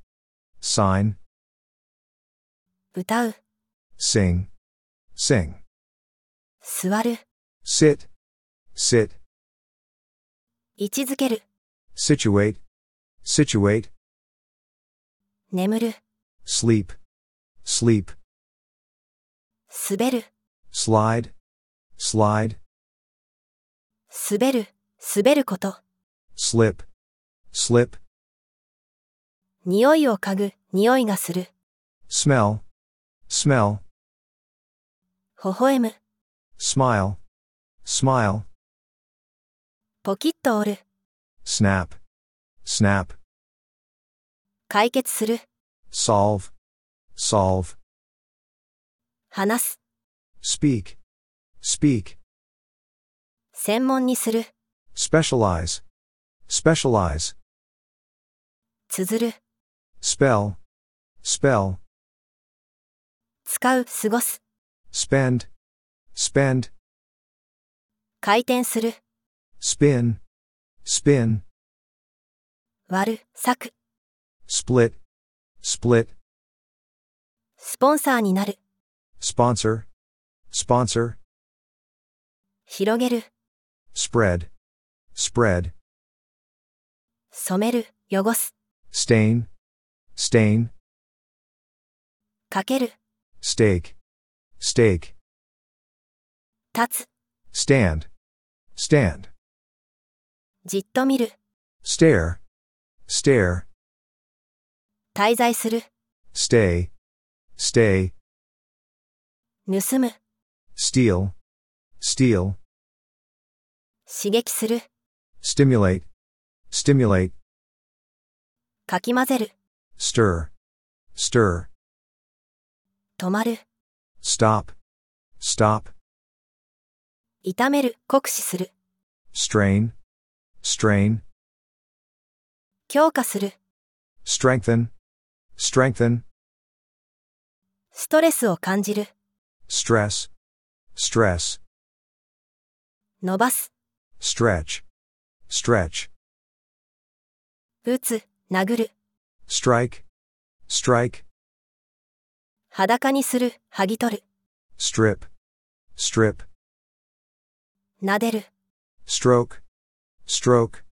Speaker 3: sign,
Speaker 2: 歌う、
Speaker 3: sing, sing,
Speaker 2: 座る、
Speaker 3: sit, sit,
Speaker 2: 位置づける、
Speaker 3: situate, situate,
Speaker 2: 眠る、
Speaker 3: sleep, sleep,
Speaker 2: 滑る、
Speaker 3: slide, slide,
Speaker 2: 滑る、滑ること、
Speaker 3: slip, slip,
Speaker 2: 匂いを嗅ぐ、匂いがする、
Speaker 3: smell, smell,
Speaker 2: 微笑む、
Speaker 3: smile, smile,
Speaker 2: ポキッと折る、
Speaker 3: snap, snap,
Speaker 2: 解決する、
Speaker 3: solve, solve,
Speaker 2: 話す、
Speaker 3: speak, speak,
Speaker 2: 専門にする、
Speaker 3: specialize, specialize,
Speaker 2: 綴る、
Speaker 3: spell, spell,
Speaker 2: 使う、過ごす、
Speaker 3: spend, spend,
Speaker 2: 回転する、
Speaker 3: spin, spin,
Speaker 2: 割る、割く、
Speaker 3: split, split,
Speaker 2: スポンサーになる、
Speaker 3: sponsor, sponsor,
Speaker 2: 広げる、
Speaker 3: spread, spread,
Speaker 2: 染める、汚す、
Speaker 3: stain, stain,
Speaker 2: かける、
Speaker 3: stake, stake,
Speaker 2: 立つ、
Speaker 3: stand, stand,
Speaker 2: じっと見る、
Speaker 3: stare, stare,
Speaker 2: 滞在する、
Speaker 3: stay, stay,
Speaker 2: 盗む、
Speaker 3: steal, steal,
Speaker 2: 刺激する、
Speaker 3: stimulate, stimulate,
Speaker 2: かき混ぜる、
Speaker 3: stir, stir,
Speaker 2: 止まる、
Speaker 3: stop, stop,
Speaker 2: 痛める、酷使する、
Speaker 3: strain, strain,
Speaker 2: 強化する、
Speaker 3: strengthen, strengthen,
Speaker 2: ストレスを感じる、
Speaker 3: stress, stress,
Speaker 2: 伸ばす、
Speaker 3: stretch, stretch,
Speaker 2: 打つ、殴る、
Speaker 3: strike, strike,
Speaker 2: 裸にする、剥ぎ取る、
Speaker 3: strip, strip,
Speaker 2: 撫でる、
Speaker 3: stroke, stroke,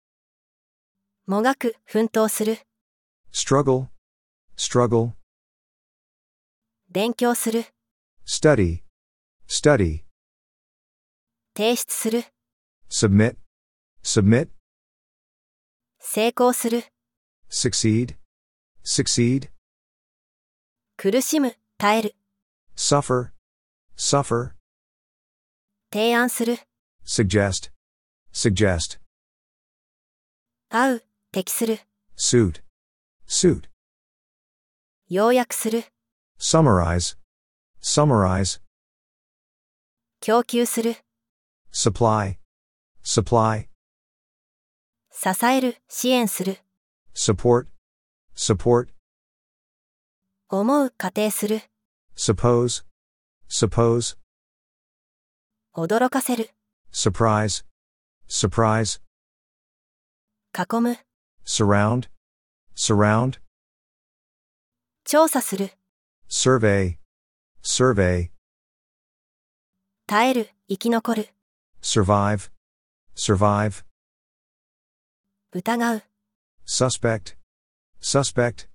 Speaker 2: もがく、奮闘する、
Speaker 3: struggle, struggle,
Speaker 2: 勉強する、
Speaker 3: study, study,
Speaker 2: 提出する、
Speaker 3: submit, submit,
Speaker 2: 成功する、
Speaker 3: succeed, succeed,
Speaker 2: 苦しむ、耐える、
Speaker 3: suffer, suffer,
Speaker 2: 提案する、
Speaker 3: suggest, suggest,
Speaker 2: 会う、適する、
Speaker 3: suit, suit,
Speaker 2: 要約する、
Speaker 3: summarize, summarize,
Speaker 2: 供給する、
Speaker 3: supply, supply,
Speaker 2: 支える、支援する、
Speaker 3: support, support,
Speaker 2: 思う、仮定する、
Speaker 3: suppose, suppose,
Speaker 2: 驚かせる、
Speaker 3: surprise, surprise,
Speaker 2: 囲む、
Speaker 3: surround, surround,
Speaker 2: 調査する、
Speaker 3: survey, survey,
Speaker 2: 耐える、生き残る、
Speaker 3: survive, survive,
Speaker 2: 疑う、
Speaker 3: suspect, suspect,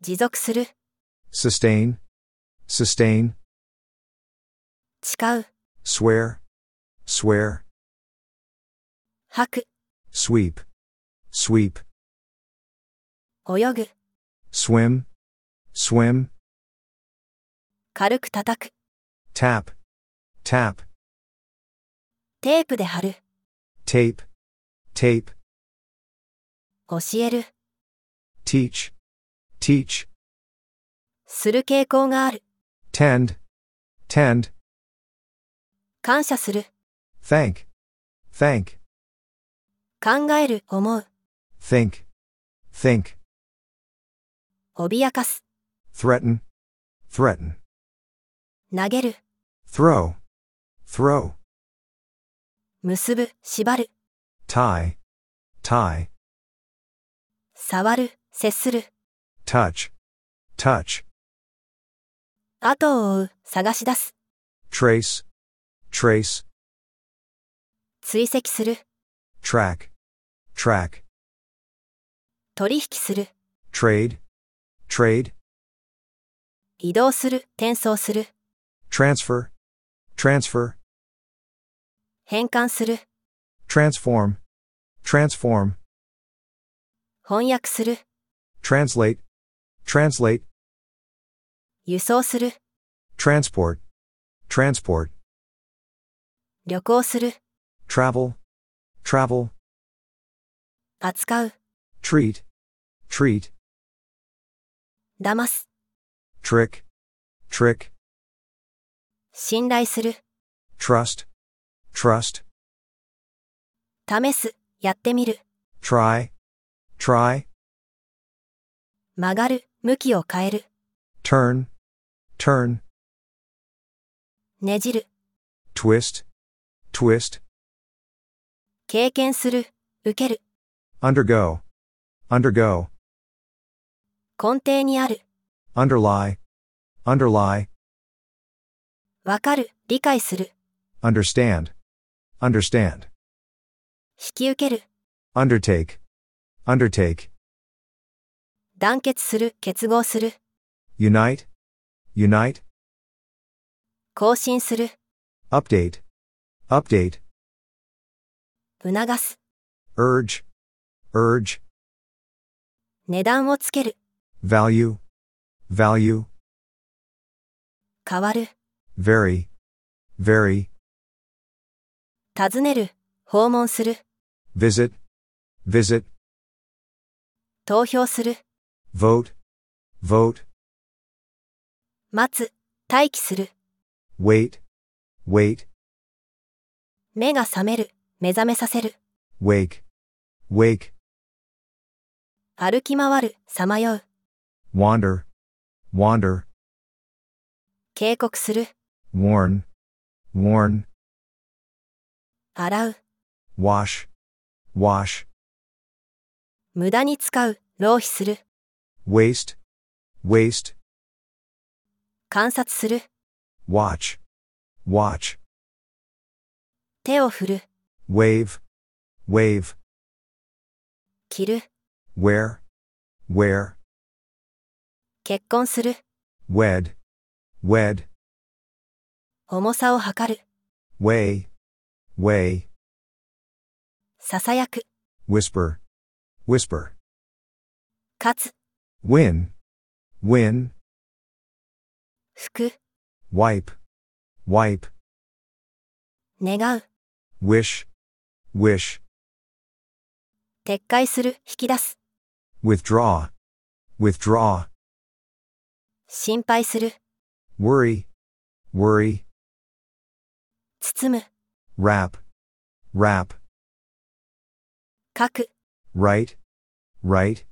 Speaker 2: 持続する、
Speaker 3: sustain, sustain,
Speaker 2: 誓う、
Speaker 3: swear, swear,
Speaker 2: 吐く、
Speaker 3: sweep, sweep,
Speaker 2: 泳ぐ、
Speaker 3: swim, swim,
Speaker 2: 軽く叩く、
Speaker 3: tap, tap,
Speaker 2: テープで貼る、
Speaker 3: tape, tape,
Speaker 2: 教える、
Speaker 3: teach, teach,
Speaker 2: する傾向がある、
Speaker 3: tend, tend,
Speaker 2: 感謝する、
Speaker 3: thank, thank,
Speaker 2: 考える、思う、
Speaker 3: think, think,
Speaker 2: 脅かす、
Speaker 3: threaten, threaten,
Speaker 2: 投げる、
Speaker 3: throw, throw,
Speaker 2: 結ぶ、縛る、
Speaker 3: tie, tie,
Speaker 2: 触る、接する、
Speaker 3: touch, touch,
Speaker 2: 後を追う、探し出す、
Speaker 3: trace, trace,
Speaker 2: 追跡する、
Speaker 3: track, track,
Speaker 2: 取引する、
Speaker 3: trade, trade,
Speaker 2: 移動する、転送する、
Speaker 3: transfer, transfer,
Speaker 2: 変換する、
Speaker 3: transform, transform,
Speaker 2: 翻訳する、
Speaker 3: translate, translate,
Speaker 2: 輸送する、
Speaker 3: transport, transport,
Speaker 2: 旅行する、
Speaker 3: travel, travel,
Speaker 2: 扱う、
Speaker 3: treat, treat,
Speaker 2: 騙す、
Speaker 3: trick, trick,
Speaker 2: 信頼する、
Speaker 3: trust, trust,
Speaker 2: 試す、やってみる、
Speaker 3: try, try,
Speaker 2: 曲がる、向きを変える、
Speaker 3: turn, turn,
Speaker 2: ねじる、
Speaker 3: twist, twist,
Speaker 2: 経験する、受ける、
Speaker 3: undergo, undergo,
Speaker 2: 根底にある、
Speaker 3: underlie, underlie,
Speaker 2: わかる、理解する、
Speaker 3: understand, understand,
Speaker 2: 引き受ける、
Speaker 3: undertake, undertake,
Speaker 2: 団結する、結合する、
Speaker 3: unite, unite,
Speaker 2: 更新する、
Speaker 3: update, update,
Speaker 2: 促す、
Speaker 3: urge, urge,
Speaker 2: 値段をつける、
Speaker 3: value, value,
Speaker 2: 変わる、
Speaker 3: vary, vary,
Speaker 2: 尋ねる、訪問する、
Speaker 3: visit, visit,
Speaker 2: 投票する、
Speaker 3: vote, vote,
Speaker 2: 待つ、待機する、
Speaker 3: wait, wait,
Speaker 2: 目が覚める、目覚めさせる、
Speaker 3: wake, wake,
Speaker 2: 歩き回る、さまよう、
Speaker 3: wander, wander,
Speaker 2: 警告する、
Speaker 3: warn, warn,
Speaker 2: 洗う、
Speaker 3: wash, wash,
Speaker 2: 無駄に使う、浪費する、
Speaker 3: waste, waste,
Speaker 2: 観察する、
Speaker 3: watch, watch,
Speaker 2: 手を振る、
Speaker 3: wave, wave,
Speaker 2: 着る、
Speaker 3: wear, wear,
Speaker 2: 結婚する、
Speaker 3: wed, wed,
Speaker 2: 重さを測る、
Speaker 3: way, way,
Speaker 2: ささやく、
Speaker 3: whisper, whisper,
Speaker 2: 勝つ、
Speaker 3: win, win,
Speaker 2: 服、
Speaker 3: wipe, wipe,
Speaker 2: 願う、
Speaker 3: wish, wish,
Speaker 2: 撤回する、引き出す、
Speaker 3: withdraw, withdraw,
Speaker 2: 心配する、
Speaker 3: worry, worry,
Speaker 2: 包む、
Speaker 3: wrap, wrap,
Speaker 2: 書く、
Speaker 3: right, right,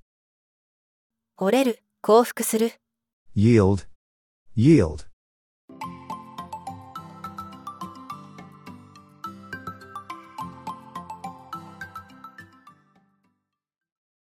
Speaker 2: 折れる、降伏する、
Speaker 3: yield, yield,